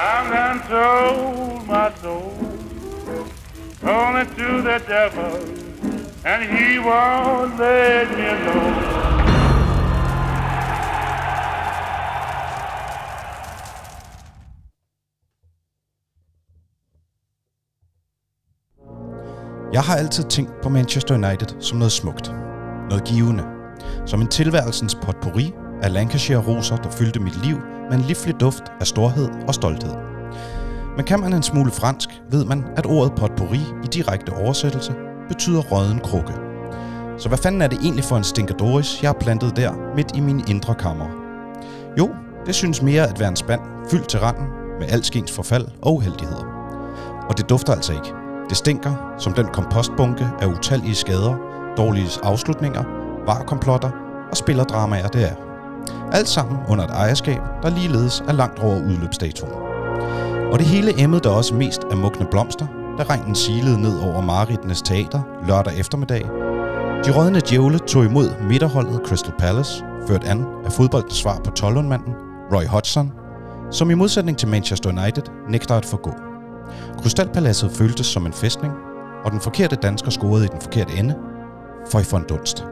I'm done sold my soul only to the devil, and he won't let me alone. Jeg har altid tænkt på Manchester United som noget smukt. Noget givende. Som en tilværelsens potpourri af Lancashire-roser, der fyldte mit liv med en livlig duft af storhed og stolthed. Men kan man en smule fransk, ved man, at ordet potpourri i direkte oversættelse betyder råden krukke. Så hvad fanden er det egentlig for en stinkadoris, jeg har plantet der midt i mine indre kammer? Jo, det synes mere at være en spand fyldt til randen med alskens forfald og uheldigheder. Og det dufter altså ikke. Det stinker som den kompostbunke af utallige skader, dårlige afslutninger, varekomplotter og spillerdramaer det er. Alt sammen under et ejerskab, der ligeledes er langt over udløbsdatoen. Og det hele emmede der også mest af mugne blomster, da regnen silede ned over Maritnes teater lørdag eftermiddag. De rådne djævle tog imod midterholdet Crystal Palace, ført an af fodboldens svar på Tollundmanden, Roy Hodgson, som i modsætning til Manchester United nægter at forgå. Krystalpaladset føltes som en fæstning, og den forkerte dansker scorede i den forkerte ende, for i for en dunst.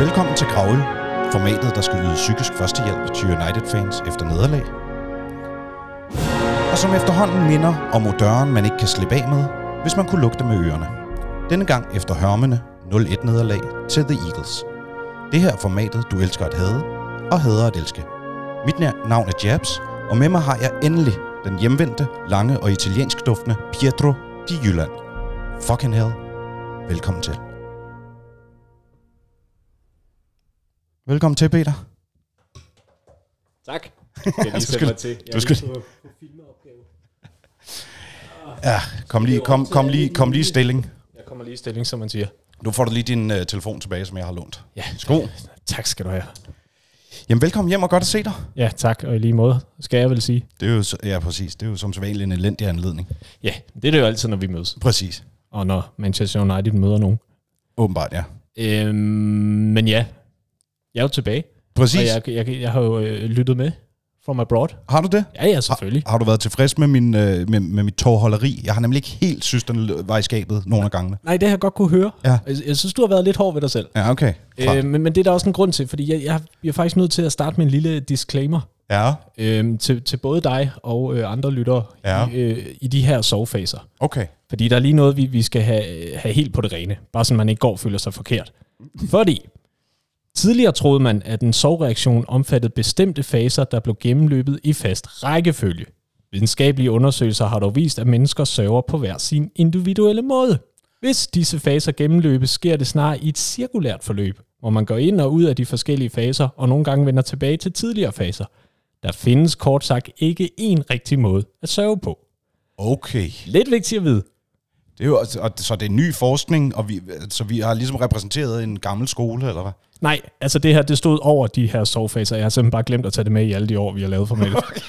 Velkommen til Kravøl, formatet, der skal yde psykisk førstehjælp til United-fans efter nederlag. Og som efterhånden minder om odøren, man ikke kan slippe af med, hvis man kunne lugte med ørerne. Denne gang efter hørmene 0-1 nederlag til The Eagles. Det her er formatet, du elsker at have og hader at elske. Mit na- navn er Jabs, og med mig har jeg endelig den hjemvendte, lange og italiensk duftende Pietro di Jylland. Fucking hell. Velkommen til. Velkommen til, Peter. Tak. Jeg skal lige sætte skal- mig til. Jeg du skal- er lige på- på filmeopgave. Ja, kom lige, kom, kom lige, kom lige i stilling. Jeg kommer lige i stilling, som man siger. Nu får du lige din uh, telefon tilbage, som jeg har lånt. Ja, Sko. tak skal du have. Jamen, velkommen hjem og godt at se dig. Ja, tak, og i lige måde, skal jeg vel sige. Det er jo, så- ja, præcis. Det er jo som sædvanligt en elendig anledning. Ja, det er det jo altid, når vi mødes. Præcis. Og når Manchester United møder nogen. Åbenbart, ja. Øhm, men ja, jeg er jo tilbage. Præcis. Og jeg, jeg, jeg har jo øh, lyttet med from abroad. Har du det? Ja, ja, selvfølgelig. Har du været tilfreds med, min, øh, med, med mit tårholderi? Jeg har nemlig ikke helt synes, den var i skabet nogle af gangene. Ah, Nej, det har jeg godt kunne høre. Ja. Jeg, jeg synes, du har været lidt hård ved dig selv. Ja, okay. Klart. Øh, men, men det er der også en grund til, fordi jeg, jeg bliver faktisk nødt til at starte med en lille disclaimer. ja, øhm, til, til både dig og øh, andre lyttere Ja. ja. i, øh, i de her sovefaser. okay. Fordi der er lige noget, vi, vi skal have, have helt på det rene. Bare så man ikke går og føler sig forkert. Fordi tidligere troede man, at en sovreaktion omfattede bestemte faser, der blev gennemløbet i fast rækkefølge. Videnskabelige undersøgelser har dog vist, at mennesker sørger på hver sin individuelle måde. Hvis disse faser gennemløbes, sker det snarere i et cirkulært forløb, hvor man går ind og ud af de forskellige faser, og nogle gange vender tilbage til tidligere faser. Der findes kort sagt ikke én rigtig måde at sørge på. Okay. Lidt vigtigt at vide. Det er jo, altså- og, så det er ny forskning, og vi, så vi har ligesom repræsenteret en gammel skole, eller hvad? Nej, altså det her, det stod over de her sovefaser. Jeg har simpelthen bare glemt at tage det med i alle de år, vi har lavet formatet. Okay.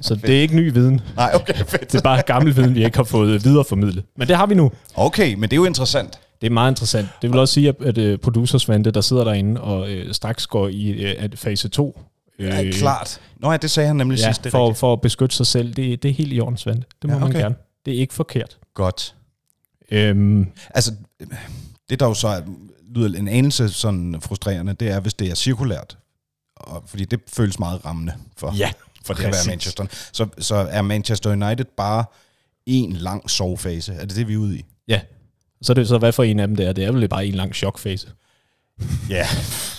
Så det er ikke ny viden. Nej, okay, fedt. Det er bare gammel viden, vi ikke har fået videreformidlet. Men det har vi nu. Okay, men det er jo interessant. Det er meget interessant. Det vil også sige, at, at øh, producer Svante, der sidder derinde og øh, straks går i øh, at fase 2. Øh, Ja, klart. Nå ja, det sagde han nemlig ja, Ja, sidst. Det for, for... for at beskytte sig selv. Det, det er helt i orden, Svante. Det må Ja, ja, okay. okay. man gerne. Det er ikke forkert. Godt. Øhm, Altså, det der jo så er- lyder en anelse sådan frustrerende, det er, hvis det er cirkulært. Og, fordi det føles meget rammende for, ja, for det at være præcis. Manchester. Så, så er Manchester United bare en lang sovefase. Er det det, vi er ude i? Ja. Så er det så, hvad for en af dem det er. Det er vel bare en lang chokfase. Ja.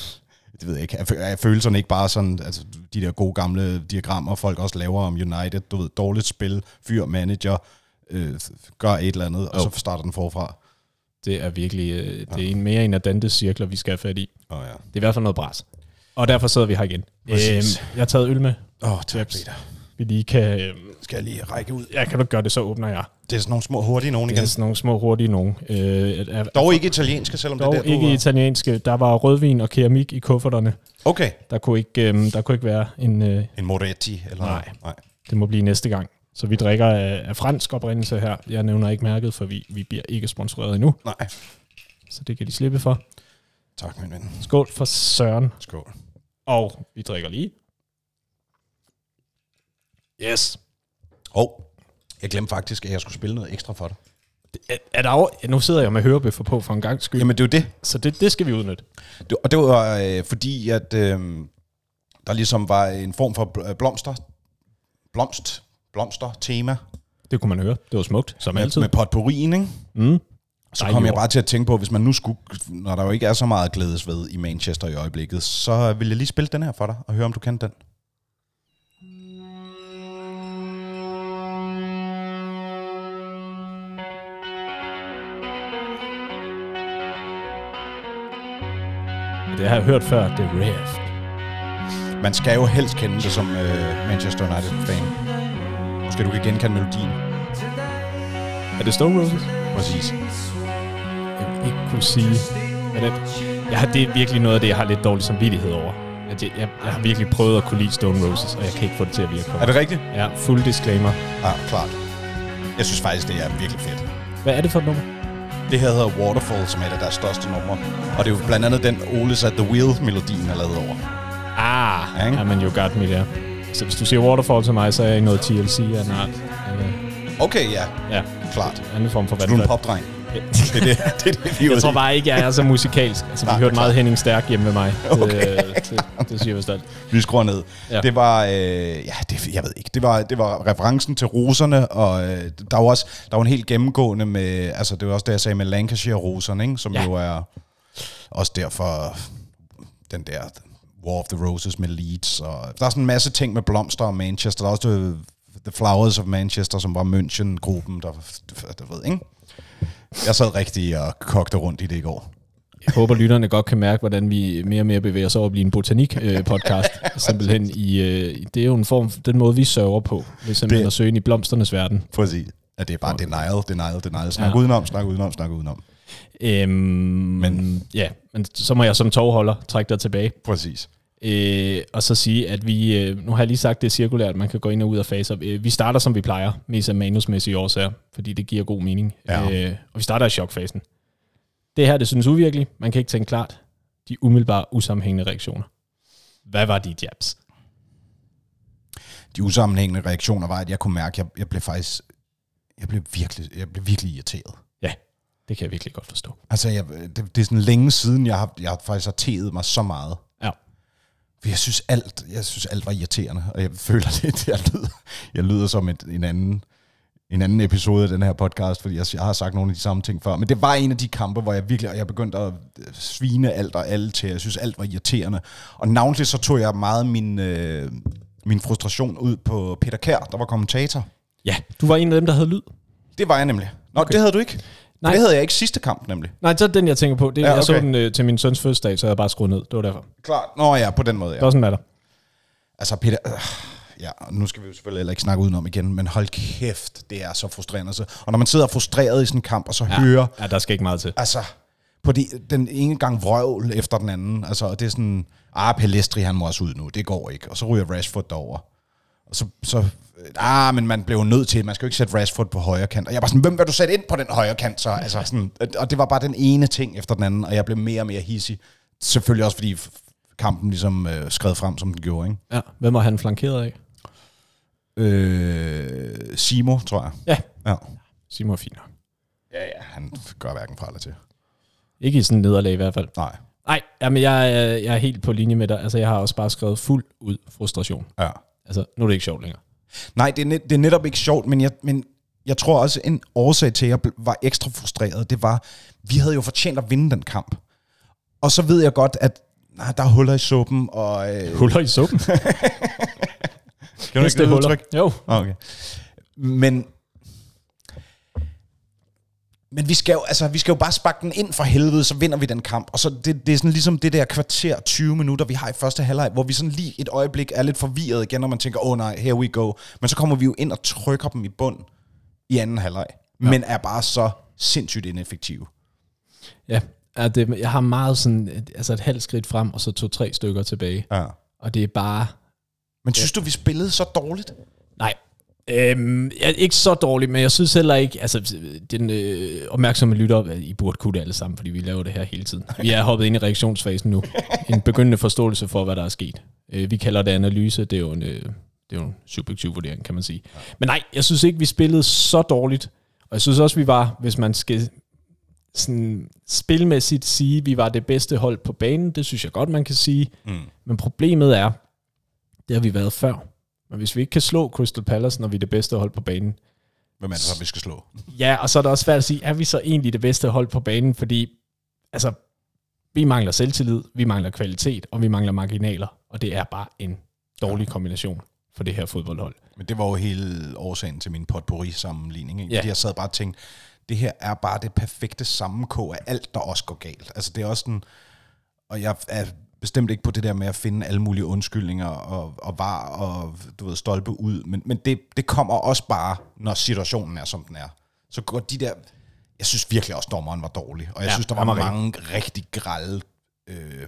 Det ved jeg ikke. Er fø- Er følelserne ikke bare sådan, altså de der gode gamle diagrammer, folk også laver om United, du ved, dårligt spil, fyr manager, øh, gør et eller andet, og Jo. så starter den forfra. Det er virkelig, øh, det er en mere en af Dantes cirkler, vi skal have fat i. Åh oh, ja. Det er i hvert fald noget bras. Og derfor sidder vi her igen. Øhm, Præcis. jeg har taget øl med, Åh, oh, tak Jeps. Peter. vi lige kan... Øhm, Skal jeg lige række ud? jeg kan du gøre det, så åbner jeg. Det er sådan nogle små hurtige nogen Det er igen. sådan nogle små hurtige nogen. Øh, er, Dog ikke italienske, selvom dog det er der, ikke du... italienske. Der var rødvin og keramik i kufferterne. Okay. Der kunne ikke, øhm, der kunne ikke være en... Øh, En Moretti, eller Nej. Nej. det må blive næste gang. Så vi drikker af, af fransk oprindelse her. Jeg nævner ikke mærket, for vi, vi bliver ikke sponsoreret endnu. Nej. Så det kan de slippe for. Tak, min ven. Skål for Søren. Skål. Og vi drikker lige. Yes. Og jeg glemte faktisk, at jeg skulle spille noget ekstra for dig. Er, er der over, nu sidder jeg med hørebøffer på for en gang skyld, Jamen. Jamen, det er jo det. så det, det skal vi udnytte. Det, og det var øh, fordi, at øh, der ligesom var en form for bl- øh, blomster, blomst, blomster tema Det kunne man høre. Det var smukt, som altid. med, med potpourrien, ikke? Mm. Så Ej, kom jeg jord. bare til at tænke på, hvis man nu skulle, når der jo ikke er så meget glædes ved i Manchester i øjeblikket, så vil jeg lige spille den her for dig og høre, om du kan den. Det har jeg hørt før. Det er Rift. Man skal jo helst kende det som øh, Manchester United-fan. Måske du kan genkende melodien. Er det Stone Roses? Præcis. Jeg vil ikke kunne sige. Er det, jeg har, det er virkelig noget af det, jeg har lidt dårlig samvittighed over. At jeg, jeg, jeg har virkelig prøvet at kunne lide Stone Roses, og jeg kan ikke få det til at virke. for Er mig. det rigtigt? Ja, fuld disclaimer. Ja, klart. Jeg synes faktisk, det er virkelig fedt. Hvad er det for et nummer? Det her hedder Waterfall, som er et af deres største numre. Og det er jo blandt andet den Oles at the Wheel-melodien er lavet over. Ah, Ja, ikke? ja, men you got me der. Så hvis du siger Waterfall til mig, så er jeg i noget TLC af en art. Øh, Okay, ja. ja, Klart. anden form for Du er en vandfald. popdreng. Det er det, det, er det vi er ude Jeg tror i. bare ikke, jeg er så musikalsk. Altså, vi Nej, hørte klar. meget Henning Stærk hjemme med mig. Okay. Det, øh, det, det siger jeg vist alt. Vi skruer ned. Ja. Ja. Det var, øh, ja, det, jeg ved ikke, det var, det var referencen til roserne, og øh, der var også der var en helt gennemgående med, altså det var også det, jeg sagde med Lancashire-roserne, ikke? som ja. Ja. jo er også derfor den der War of the Roses med Leeds, og der er sådan en masse ting med blomster og Manchester, der er også øh, The Flowers of Manchester, som var München-gruppen, der, der ved, ikke? Jeg sad rigtig og kogte rundt i det i går. Jeg håber, lytterne godt kan mærke, hvordan vi mere og mere bevæger os over at blive en botanik-podcast. simpelthen i, øh, det er jo en form, den måde, vi sørger på, hvis Det- simpelthen at søge ind i blomsternes verden. Præcis. At det er bare denial, denial, denial. Snak ja. Ja. udenom, snak udenom, snak udenom. Øhm, men. Ja, men så må jeg som tovholder trække dig tilbage. Præcis. Øh, og så sige, at vi, øh, nu har jeg lige sagt, det er cirkulært, man kan gå ind og ud af faser. Øh, vi starter, som vi plejer, mest af manusmæssige årsager, fordi det giver god mening. Ja. Øh, og vi starter i chokfasen. Det her, det synes uvirkeligt, man kan ikke tænke klart. De umiddelbare, usammenhængende reaktioner. Hvad var de jabs? de usammenhængende reaktioner var, at jeg kunne mærke, at jeg, jeg blev faktisk, jeg blev virkelig, jeg blev virkelig irriteret. Ja, det kan jeg virkelig godt forstå. Altså, jeg, det, det, er sådan længe siden, jeg har, jeg har faktisk har teet mig så meget. Ja. For jeg synes alt, jeg synes alt var irriterende, og jeg føler lidt, jeg lyder, jeg lyder som et, en anden en anden episode af den her podcast, fordi jeg, jeg har sagt nogle af de samme ting før, men det var en af de kampe, hvor jeg virkelig, og jeg begyndte at øh, svine alt og alle til, jeg synes alt var irriterende, og navnligt så tog jeg meget min, øh, min frustration ud på Peter Kær, der var kommentator. Ja, du var en af dem, der havde lyd. Det var jeg nemlig. Nå, okay. det havde du ikke. Nej. Nej. Det havde jeg ikke sidste kamp nemlig. Nej, så er den, jeg tænker på. Det, ja, Ja, okay. Jeg så okay. den øh, til min søns fødselsdag, så jeg bare skruet ned. Det var derfor. Det Klart. Nå ja, på den måde, var ja. sådan, hvad der. Altså Peter, øh, ja, og nu skal vi jo selvfølgelig heller ikke snakke udenom igen, men hold kæft, det er så frustrerende. Så- Og når man sidder frustreret i sådan en kamp, og så ja. hører, Ja, der skal ikke meget til. altså, på de, den ene gang vrøvl efter den anden, altså, og det er sådan, ah, Pelestri, han må også ud nu, det går ikke. Og så ryger Rashford derover. Og så, så ah, men man blev jo nødt til, man skal jo ikke sætte Rashford på højre kant. Og jeg var sådan, hvem vil du sætte ind på den højre kant så? Altså, sådan, og det var bare den ene ting efter den anden, og jeg blev mere og mere hissig. Selvfølgelig også, fordi f- kampen ligesom øh, skred frem, som den gjorde, ikke? Ja, hvem var han flankeret af? Øh, Simo, tror jeg. Ja, Ja. Simon var fint nok. Ja, ja, han gør hverken fra eller til. Ikke i sådan en nederlag i hvert fald. Nej. Nej, jamen jeg, er- jeg er helt på linje med dig. Altså, jeg har også bare skrevet fuld ud frustration. Ja. Altså, nu er det ikke sjovt længere. Nej, det er, net, det er netop ikke sjovt, men jeg, men jeg tror også, en årsag til, at jeg bl- var ekstra frustreret, det var, vi havde jo fortjent at vinde den kamp. Og så ved jeg godt, at nej, der er huller i suppen, og... Øh, Huller i suppen. kan du Hestehuller. Jo. Okay. Men... Men vi skal, jo, altså, vi skal jo bare sparke den ind for helvede, så vinder vi den kamp. Og så det, det er sådan ligesom det der kvarter, 20 minutter, vi har i første halvleg, hvor vi sådan lige et øjeblik er lidt forvirret igen, når man tænker, åh oh, nej, here we go. Men så kommer vi jo ind og trykker dem i bund i anden halvleg, ja. men er bare så sindssygt ineffektive. Ja, ja det, jeg har meget sådan, altså et halvt skridt frem, og så to-tre stykker tilbage. Ja. Og det er bare, Men synes du, vi spillede så dårligt? nej, Øhm, jeg er ikke så dårlig, men jeg synes heller ikke, altså den øh, opmærksomme lytter, at I burde kunne det alle sammen, fordi vi laver det her hele tiden. Vi er hoppet ind i reaktionsfasen nu. En begyndende forståelse for, hvad der er sket. Øh, vi kalder det analyse, det er jo en, øh, det er jo en subjektiv vurdering, kan man sige. Men nej, jeg synes ikke, vi spillede så dårligt. Og jeg synes også, vi var, hvis man skal sådan spilmæssigt sige, at vi var det bedste hold på banen. Det synes jeg godt, man kan sige. Mm. Men problemet er, det har vi været før. Men hvis vi ikke kan slå Crystal Palace, når vi er det bedste hold på banen. Hvem er det så, vi skal slå? Ja, og så er det også svært at sige, er vi så egentlig det bedste hold på banen? Fordi, altså, vi mangler selvtillid, vi mangler kvalitet, og vi mangler marginaler. Og det er bare en dårlig kombination for det her fodboldhold. Men det var jo hele årsagen til min potpourri-sammenligning. Ikke? Ja. Fordi jeg sad bare og tænkte, det her er bare det perfekte sammenkog af alt, der også går galt. Altså det er også sådan, og jeg er bestemt ikke på det der med at finde alle mulige undskyldninger og, og var og du ved, stolpe ud, men, men det, det kommer også bare, når situationen er, som den er. Så går de der... Jeg synes virkelig også, dommeren var dårlig, og jeg ja, Ja, synes, der var han var mange rigtig grælde... Øh,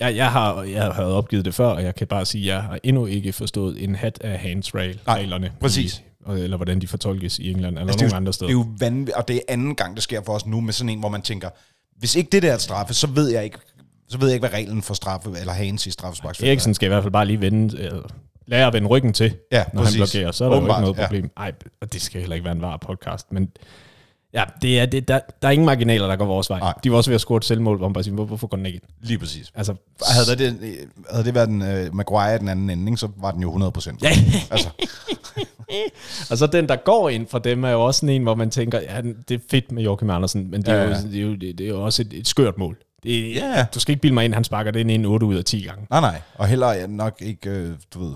Jeg, jeg, har, jeg har opgivet det før, og jeg kan bare sige, at jeg har endnu ikke forstået en hat af hands-reglerne. præcis. Altså, I, eller hvordan de fortolkes i England eller det er nogen jo- andre steder. Det er jo vanvittigt, og det er anden gang, det sker for os nu med sådan en, hvor man tænker, hvis ikke det der er et straffe, så ved jeg ikke, så ved jeg ikke, hvad reglen for straffe, eller hagens i straffesparksfeltet er. Eriksen skal i hvert fald bare lige vende, øh, lære at vende ryggen til, Ja, når præcis. han blokerer. Så er der jo Åbenbart, ikke noget ja. problem. Ej, og det skal heller ikke være en var podcast, men ja, det er, det, der, der er ingen marginaler, der går vores vej. Nej. Nej. De var også ved at score et selvmål, hvor man bare siger, "Hvor- hvorfor går den ikke ind? Lige præcis. Altså, Havde der det, øh, havde det været en uh, Maguire i den anden ende, ikke, så var den jo 100%. Ja. Altså, og så den, der går ind fra dem, er jo også sådan en, hvor man tænker, ja, den- det er fedt med Joachim Andersen, men det er, Ja, ja, ja. ja. Jo, det er, jo, det det er jo også et, et skørt mål. Det, Ja, ja. Du skal ikke bilde mig ind, han sparker den ind 8 ud af 10 gange. nej, nej. Og heller ja, nok ikke, øh, du ved,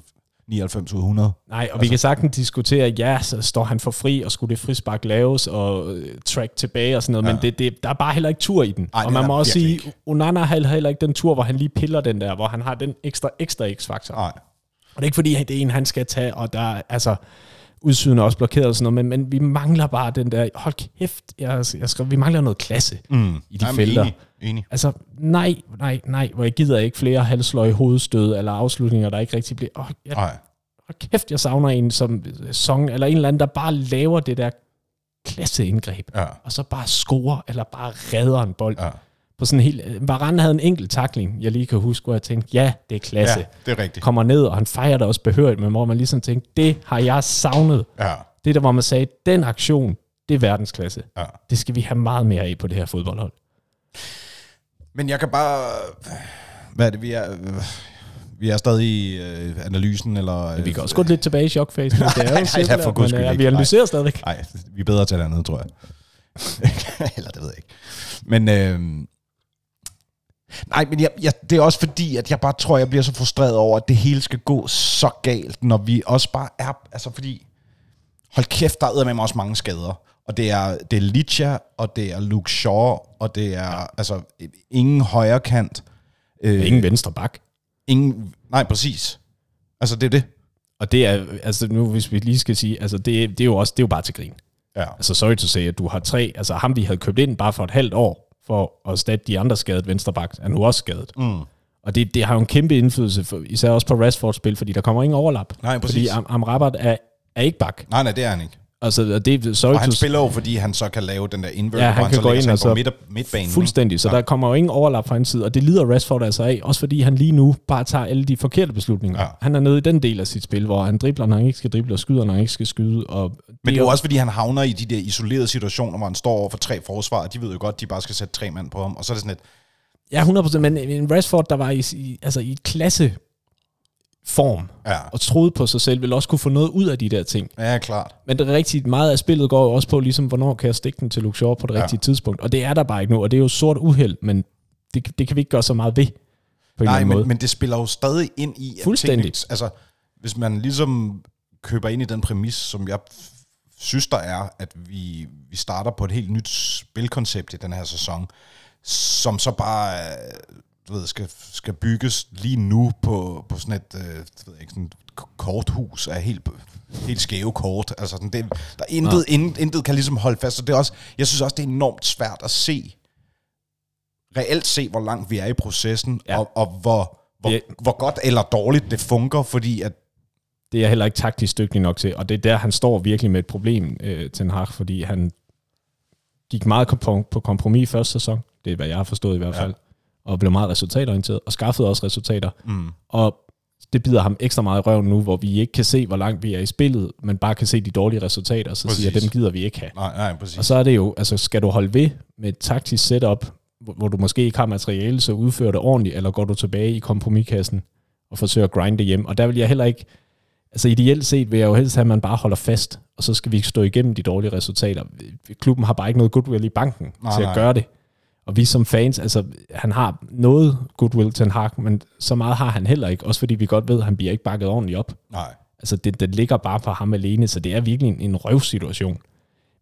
99 ud af 100. Nej, og altså, vi kan sagtens diskutere, ja, så står han for fri, og skulle det frispark laves, og øh, track tilbage og sådan noget, ja. men det, det, der er bare heller ikke tur i den. Ej, det og er man der må også virkelig sige, Onana har heller ikke den tur, hvor han lige piller den der, hvor han har den ekstra, ekstra x-faktor. Nej. Og det er ikke fordi, det er en, han skal tage, og der er altså udsiden er også blokeret og sådan noget, men, men vi mangler bare den der, hold kæft, jeg, jeg skrev, vi mangler noget klasse mm. i de Jamen, felter. enig, enig. Altså, nej, nej, nej, hvor jeg gider ikke flere halsløg, hovedstød eller afslutninger, der ikke rigtig bliver... Oh, jeg, Nej. hold kæft, jeg savner en som øh, song, eller en eller anden, der bare laver det der klasseindgreb, Ja. og så bare scorer, eller bare redder en bold. Ja. På sådan en helt, Varane havde en enkelt takling, jeg lige kan huske, hvor jeg tænkte, ja, det er klasse. Ja, det er rigtigt. Kommer ned, og han fejrer det også behørigt, men hvor man ligesom tænkte, det har jeg savnet. Ja. Det der, hvor man sagde, den aktion, det er verdensklasse. Ja. Det skal vi have meget mere af på det her fodboldhold. Men jeg kan bare... Hvad er det, vi er... øh, Vi er stadig i øh, analysen, eller... øh, Vi kan også gå lidt tilbage i chokfasen. Nej, nej, nej, for guds skyld ikke. øh, Vi analyserer stadigvæk. Nej, vi er bedre til det andet, tror jeg. Eller det ved jeg ikke. Men, øh, nej, men jeg, jeg, det er også fordi, at jeg bare tror, jeg bliver så frustreret over, at det hele skal gå så galt, når vi også bare er... Altså fordi, hold kæft, der er med mig også mange skader. Og det er, det er Licha, og det er Luke Shaw, og det er ja. altså ingen højre kant. Øh, Ingen venstre bak. ingen, nej, præcis. Altså, det er det. Og det er, altså nu hvis vi lige skal sige, altså det, det er jo også, det er jo bare til grin. Ja. Altså sorry to say, at du har tre, altså ham vi havde købt ind bare for et halvt år, for at erstatte de andre skadet venstreback, er nu også skadet. Mm. Og det, det har jo en kæmpe indflydelse, for, især også på Rashfords spil, fordi der kommer ingen overlap. Nej, præcis. Fordi Am- Amrabat er, er ikke bak. Nej, nej, det er han ikke. Altså, og det, sorry Og han to spiller jo, fordi han så kan lave den der invert, Ja, han hvor kan så gå lægger ind sig og så- på midt, midtbanen. Fuldstændig, så ja. der kommer jo ingen overlap fra hans side, og det lider Rashford altså af, også fordi han lige nu bare tager alle de forkerte beslutninger. Ja. Ja. Han er nede i den del af sit spil, hvor han dribler, når han ikke skal drible, og skyder, når han ikke skal skyde. Og Men det er jo også, fordi han havner i de der isolerede situationer, hvor han står over for tre forsvar, og de ved jo godt, at de bare skal sætte tre mand på ham. Og så er det sådan et, Ja, 100%, men en Rashford, der var i, i, altså i klasseform Ja. og troede på sig selv, ville også kunne få noget ud af de der ting. ja, klart. Men det er rigtigt, meget af spillet går jo også på, ligesom, hvornår kan jeg stikke den til Luxor på det Ja. ja. rigtige tidspunkt. Og det er der bare ikke nu, og det er jo sort uheld, men det, det kan vi ikke gøre så meget ved på en eller Nej, anden måde. men, men det spiller jo stadig ind i... at Fuldstændig. tingene- altså, hvis man ligesom køber ind i den præmis, som jeg f- synes, der er, at vi, vi starter på et helt nyt spilkoncept i den her sæson, som så bare øh, du ved, skal, skal bygges lige nu på, på sådan et øh, jeg ved ikke, sådan et k- korthus af helt, helt skæve kort. Altså sådan, det, der er intet, intet, intet kan ligesom holde fast. Så det er også, jeg synes også, det er enormt svært at se, reelt se, hvor langt vi er i processen, ja. Ja. og, og hvor, hvor, Ja. hvor godt eller dårligt det fungerer, fordi at Det er jeg heller ikke taktisk dygtig nok til, og det er der, han står virkelig med et problem, øh, Ten Hag, fordi han gik meget kom- på kompromis i første sæson, det er, hvad jeg har forstået i hvert fald, ja. og blev meget resultatorienteret, og skaffede også resultater. Mm. Og det bider ham ekstra meget i røven nu, hvor vi ikke kan se, hvor langt vi er i spillet, men bare kan se de dårlige resultater, og så Præcis. Præcis. siger, dem gider vi ikke have. Nej, nej, præcis. Og så er det jo, altså skal du holde ved med et taktisk setup, hvor- hvor du måske ikke har materiale, så udfører det ordentligt, eller går du tilbage i kompromiskassen og forsøger at grinde det hjem? Og der vil jeg heller ikke, altså ideelt set vil jeg jo helst have, at man bare holder fast, og så skal vi stå igennem de dårlige resultater. Klubben har bare ikke noget goodwill i banken nej, Nej, til at nej. gøre det. Og vi som fans, altså han har noget goodwill til en hak, men så meget har han heller ikke, også fordi vi godt ved, at han bliver ikke bakket ordentligt op. nej. Altså det, det ligger bare på ham alene, så det er virkelig en, en røvsituation.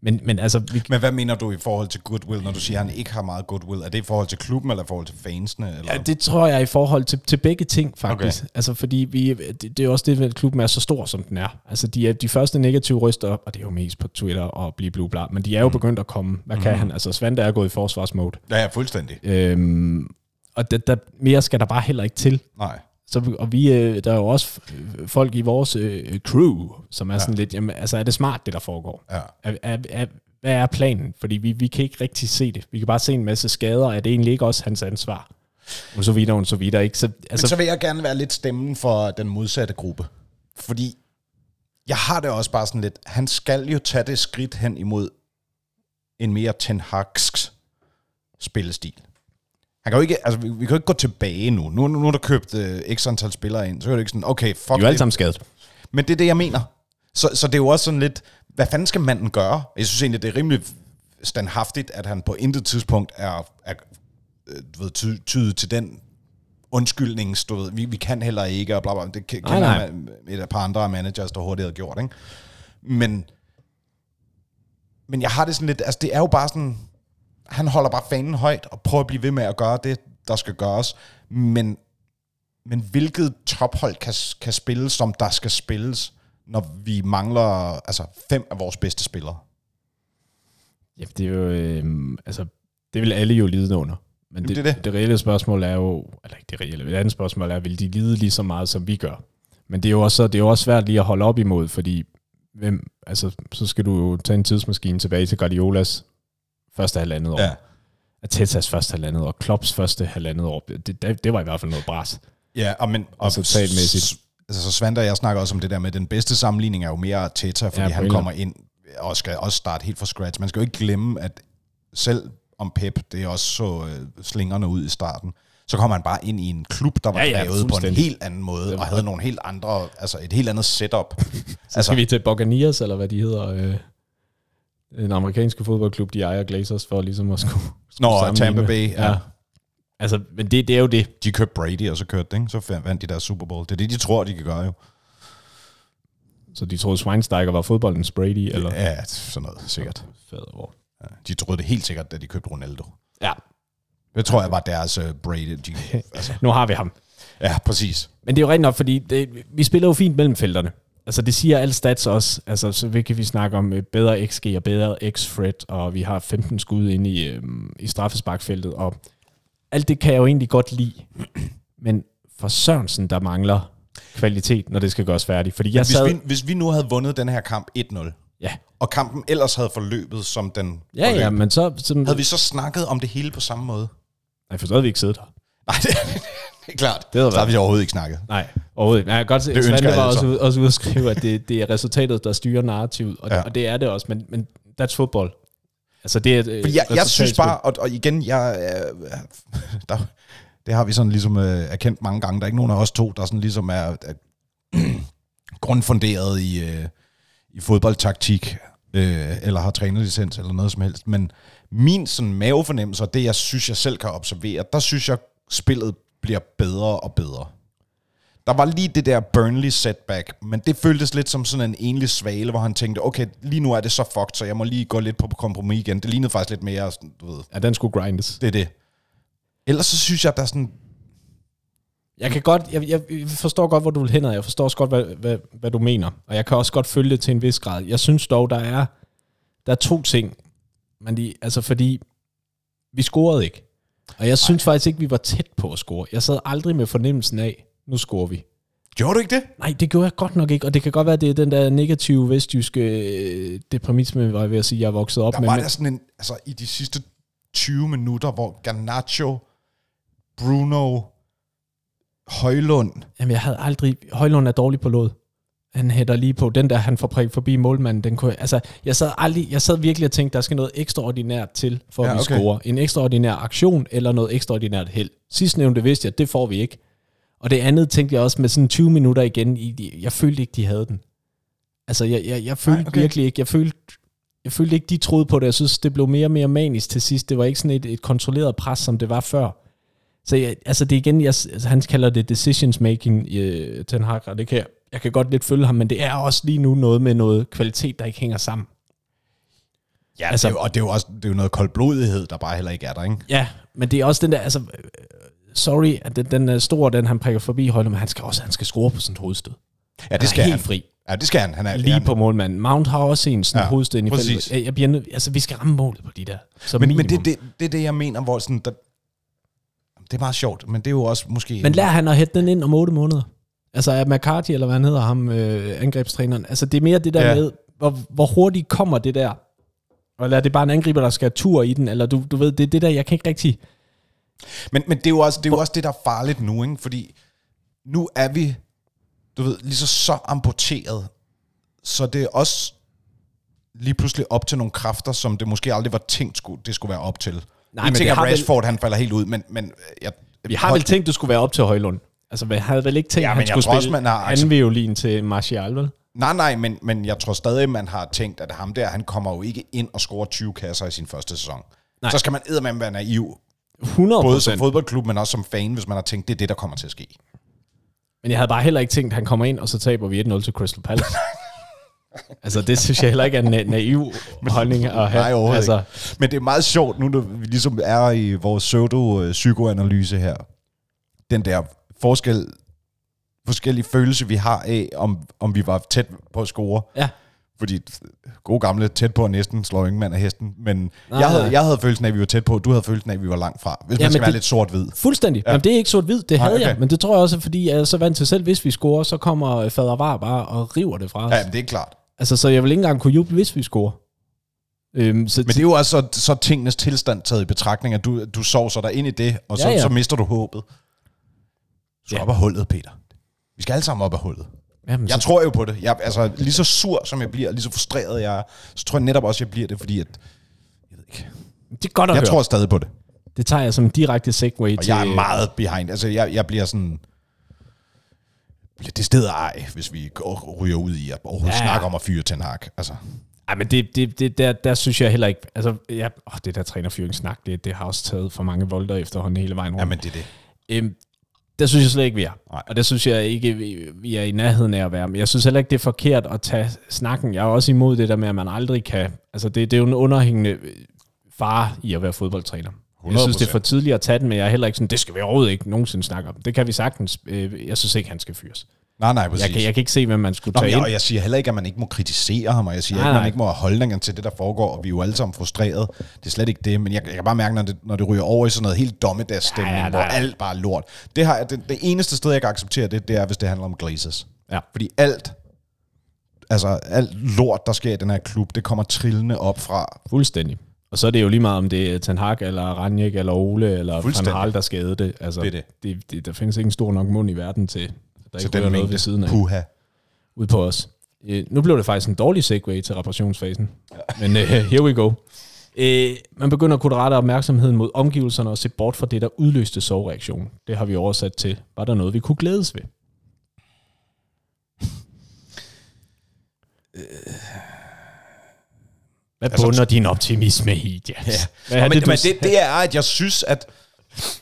Men, men altså, vi, Men hvad mener du i forhold til goodwill, når du siger, at han ikke har meget goodwill? Er det i forhold til klubben, eller i forhold til fansene? Eller? Ja, det tror jeg i forhold til, til begge ting, faktisk. Okay. Okay. Altså, fordi vi, det, det er jo også det, at klubben er så stor, som den er. Altså, de, er, de første negative ryster, og det er jo mest på Twitter og blive blue bla, men de er jo mm. begyndt at komme. Hvad kan han? Altså, Svante er gået i forsvarsmode. Ja, ja, fuldstændig. Øhm, og der, der, mere skal der bare heller ikke til. Nej. Så, vi- og vi, øh, der er jo også øh, folk i vores øh, crew, som er ja. sådan lidt, jamen, altså, er det smart, det der foregår? Ja. Er, er, er, hvad er planen? Fordi vi, vi kan ikke rigtig se det. Vi kan bare se en masse skader. Er det egentlig ikke også hans ansvar? Og så videre, og så videre. Ikke? Så, Men altså, så vil jeg gerne være lidt stemmen for den modsatte gruppe. Fordi jeg har det også bare sådan lidt, han skal jo tage det skridt hen imod en mere Ten Hagsk spillestil. Han kan jo ikke, altså, vi, vi kan jo ikke gå tilbage nu. Nu, nu, nu er der købt øh, x antal spillere ind, så er det ikke sådan, okay, fuck vi er jo alle det. sammen skadet. Men det er det, jeg mener. Så, så det er jo også sådan lidt, hvad fanden skal manden gøre? Jeg synes egentlig, det er rimelig standhaftigt, at han på intet tidspunkt er, er øh, du ved, ty, tydet til den undskyldning, du ved, vi, vi kan heller ikke, og bla bla, det kan, Nej, kender nej. man et par andre managers, der hurtigt havde gjort, ikke? Men, men jeg har det sådan lidt, altså det er jo bare sådan, han holder bare fanen højt, og prøver at blive ved med at gøre det, der skal gøres, men men hvilket tophold kan, kan spilles, som der skal spilles, når vi mangler altså, fem af vores bedste spillere? Ja, det er jo, øh, altså, det vil alle jo lide under. Men det, det det, er det. det. det reelle spørgsmål er jo, eller ikke det reelle, det andet spørgsmål er, vil de lide lige så meget, som vi gør? Men det er jo også, det er jo også svært lige at holde op imod, fordi hvem, altså, så skal du jo tage en tidsmaskine tilbage til Guardiolas første halvandet år. Ja. Atetas første halvandet år, Klopps første halvandet år. Det, det, det var i hvert fald noget bras. Ja, og men... Og Altså, talmæssigt. s- Altså, så Svante og jeg snakker også om det der med, at den bedste sammenligning er jo mere Teta, fordi Ja, ja, på han en eller kommer ind og skal også starte helt fra scratch. Man skal jo ikke glemme, at selv om Pep, det er også så øh, slingerne ud i starten, så kommer han bare ind i en klub, der var Ja, ja, ja, ja, på en fuldstændig. helt anden måde, og havde nogle helt andre, altså et helt andet setup. Så altså, skal vi til Buccaneers, eller hvad de hedder, øh, en amerikansk fodboldklub, de ejer Glazers for ligesom at skulle, skulle Nå, Tampa sammenligne. Bay, ja. Altså, men det, det er jo det. De købte Brady, og så kørte det, ikke? Så fandt- vandt de der Super Bowl. Det er det, de tror, de kan gøre, jo. Så de troede, Schweinsteiger var fodboldens Brady, eller? Ja, sådan noget, sikkert. Fadervor. De troede det helt sikkert, da de købte Ronaldo. Ja, Det tror jeg var deres uh, Brady. De, altså, nu har vi ham. ja, præcis. Men det er jo rigtigt nok, fordi det, vi spiller jo fint mellem felterne. Altså det siger alt stats også. Altså så vi- kan vi snakke om øh, bedre XG og bedre X-threat, og vi har 15 skud inde i, øhm, i straffesparkfeltet, og alt det kan jeg jo egentlig godt lide. Men for Sørensen, der mangler kvalitet, når det skal gøres færdigt. Fordi jeg Hvis sad... vi, hvis vi nu havde vundet den her kamp 1-0, Ja, og kampen ellers havde forløbet som den ja, forløb, ja men så... så havde vi så snakket om det hele på samme måde? Nej, for så havde vi ikke siddet her. Nej, det, det er klart. Det havde så har vi overhovedet ikke snakket. Nej, overhovedet ikke. Men jeg kan godt se, Det det ønsker Svante jeg var altså. også, ude- også ude at skrive, at det, det er resultatet, der styrer narrativet, og, Ja. ja. og det er det også, men, men that's football. Altså det er et, Fordi jeg, jeg synes bare, og, og igen, jeg, øh, der, det har vi sådan ligesom øh, erkendt mange gange, der er ikke nogen af os to, der sådan ligesom er, er grundfunderet i, øh, i fodboldtaktik, øh, eller har trænerlicens eller noget som helst, men min sådan mavefornemmelse, og det jeg synes, jeg selv kan observere, der synes jeg, spillet bliver bedre og bedre. Der var lige det der Burnley setback, men det føltes lidt som sådan en enlig svale, hvor han tænkte, okay, lige nu er det så fucked, så jeg må lige gå lidt på kompromis igen. Det lignede faktisk lidt mere, sådan, du ved, Ja, den skulle grindes. det er det. Ellers så synes jeg, der er sådan... Jeg kan godt, jeg, jeg forstår godt, hvor du vil hen, og jeg forstår også godt, hvad, hvad, hvad du mener. Og jeg kan også godt følge det til en vis grad. Jeg synes dog, der er, der er to ting. Men de, altså fordi, vi scorede ikke. Og jeg synes faktisk ikke, vi var tæt på at score. Jeg sad aldrig med fornemmelsen af, nu scorer vi. Gjorde du ikke det? Nej, det gjorde jeg godt nok ikke, og det kan godt være, det er den der negative vestjyske øh, deprimisme, var jeg ved at sige, jeg er vokset op Der med. var men- der sådan en, altså i de sidste 20 minutter, hvor Garnacho, Bruno, Højlund, Jamen, jeg havde aldrig... Højlund er dårlig på låd. Han hætter lige på. Den der, han får prikket forbi målmanden, den kunne... jeg- Altså, jeg sad, aldrig, jeg sad virkelig og tænkte, der skal noget ekstraordinært til, for Ja, ja, at vi okay. okay. scorer. En ekstraordinær aktion eller noget ekstraordinært held. Sidstnævnte vidste jeg, det får vi ikke. Og det andet tænkte jeg også med sådan 20 minutter igen. i- i- Jeg følte ikke, de havde den. Altså, jeg, jeg, jeg følte Nej, Nej, okay. okay. virkelig ikke. Jeg følte, jeg følte ikke, de troede på det. Jeg synes, det blev mere og mere manisk til sidst. Det var ikke sådan et, et kontrolleret pres, som det var før. Så jeg, altså det er igen, jeg, altså han kalder det decisions making, øh, Ten Hag, og det kan jeg, jeg kan godt lidt følge ham, men det er også lige nu noget med noget kvalitet, der ikke hænger sammen. Ja, altså, Altså- det er jo, og det er jo også det er jo noget koldblodighed, der bare heller ikke er der, ikke? Ja, men det er også den der, altså, øh, sorry, at den, den er stor, den han prikker forbi Højlund, men han skal også, han skal score på sådan et hovedstød. Ja, det han skal er han. helt fri. Ja, det skal han. han er, Lige han, på målmanden. Mount har også en sådan Ja, ja, hovedstød ind i præcis. feltet. Jeg, jeg bliver nød, altså, vi skal ramme målet på de der. Som Men, men det, er det, det, det er det, jeg mener, hvor sådan... Der, det er meget sjovt, men det er jo også måske... men lær han at hætte den ind om otte måneder. Altså, at McCarthy, eller hvad han hedder ham, øh, angrebstræneren. Altså, det er mere det der Ja. ja. med, hvor, hvor hurtigt kommer det der. Eller er det bare en angriber, der skal have tur i den? Eller du, du ved, det er det der, jeg kan ikke rigtig... Men, men det, er jo også, det er jo også det, der er farligt nu, ikke? Fordi nu er vi, du ved, lige så, så amputeret, så det er også lige pludselig op til nogle kræfter, som det måske aldrig var tænkt, skulle, det skulle være op til. Nej, men men vi tænker, har vel- Rashford, vel... han falder helt ud, men... men jeg, Vi har vel tænkt, du skulle være op til Højlund. Altså, jeg havde vel ikke tænkt, Ja, ja, men han jeg skulle tror også, spille man har- altså- har... anden violin til Martial, vel? Nej, nej, men, men jeg tror stadig, man har tænkt, at ham der, han kommer jo ikke ind og scorer 20 kasser i sin første sæson. Nej. Nej. Så skal man eddermame være naiv, 100 både som procent. fodboldklub, men også som fan, hvis man har tænkt, det er det, der kommer til at ske. Men jeg havde bare heller ikke tænkt, at han kommer ind, og så taber vi 1-0 til Crystal Palace. altså, det synes jeg heller ikke er en na- naiv holdning at have. Nej, overhovedet altså, altså. ikke. Men det er meget sjovt, nu når vi ligesom er i vores pseudo-psykoanalyse her. Den der forskel, forskellige følelse, vi har af, om, om vi var tæt på at score. Ja, Fordi gode gamle, tæt på og næsten slår ingen mand af hesten. Men Nej, jeg, havde, nej. jeg havde følelsen af, at vi var tæt på, du havde følelsen af, at vi var langt fra. Hvis ja, Ja, man skal men være det- lidt sort-hvid. fuldstændig. Ja. Jamen, det er ikke sort-hvid, det Nej, havde jeg. okay. Men det tror jeg også, fordi jeg er så vant til selv, hvis vi scorer, så kommer øh, fader var bare og river det fra os. Ja, Ja. men det er klart. Altså, så jeg vil ikke engang kunne juble, hvis vi scorer. Øhm, så Men det er jo også så, så tingenes tilstand taget i betragtning, at du, du sover dig ind i det, og så, ja, Ja, ja. ja. så mister du håbet. Du skal ja. Ja. op af hullet, Peter. Vi skal alle sammen op af hullet. jamen, Jeg så, tror jo på det. Jeg, altså, lige så sur som jeg bliver, lige så frustreret jeg er, så tror jeg netop også, jeg bliver det, fordi at, jeg ved ikke. det er godt at Jeg høre. tror stadig på det. Det tager jeg som en direkte segue Og til... jeg er meget behind. Altså, jeg, jeg bliver sådan... bliver Det sted ej, hvis vi går- ryger ud i at overhovedet ja. Ja. snakke om at fyre Ten Hag. Altså, Ej, men det, det, det der, der synes jeg heller ikke... Altså, ja, åh, det der trænerfyringssnak, det, det har også taget for mange volter efterhånden hele vejen rundt. jamen det er det. Øhm, der synes jeg slet ikke, vi er. Nej. Nej. Og der synes jeg ikke, vi- vi er i nærheden af at være. Men jeg synes heller ikke, det er forkert at tage snakken. Jeg er også imod det der med, at man aldrig kan... Altså, det, det er jo en underhængende øh, fare i at være fodboldtræner. 100%. Jeg synes, det er for tidligt at tage den, men jeg er heller ikke sådan, det skal vi overhovedet ikke nogensinde snakke om. Det kan vi sagtens. Øh, Jeg synes ikke, han skal fyres. Nej, nej, præcis. Jeg kan, jeg kan ikke se, hvem man skulle Nå, tage men jeg, ind. og jeg siger heller ikke, at man ikke må kritisere ham, og jeg siger Nej, ikke, at man nej. ikke må have holdninger til det, der foregår, og vi er jo alle sammen frustrerede. Det er slet ikke det, men jeg, jeg kan bare mærke, når det, når det ryger over i sådan noget helt dommedagsstemning, ja, Ja, ja, ja, hvor nej. alt bare er lort. Det, har jeg, det, det eneste sted, jeg kan acceptere det, det er, hvis det handler om glazes. Ja. Fordi alt, altså alt lort, der sker i den her klub, det kommer trillende op fra. Fuldstændig. Og så er det jo lige meget, om det er Ten Hag, eller Ranjek, eller Ole, eller Van Fuldstændig. Hal, der skal æde det. Altså, Det er det. Det, det. Der findes ikke en stor nok mund i verden til, at der til ikke er noget ved siden af. Puha. ud på os. Øh, nu blev det faktisk en dårlig segue til reparationsfasen, men øh, here we go. Øh, man begynder at kunne rette opmærksomheden mod omgivelserne og se bort fra det, der udløste sovreaktionen. Det har vi oversat til, var der noget, vi kunne glædes ved? Øh. Hvad Altså- bunder din optimisme i, Jens? Ja. Hvad Nå, men er det, det, du men det, det er, at jeg synes, at...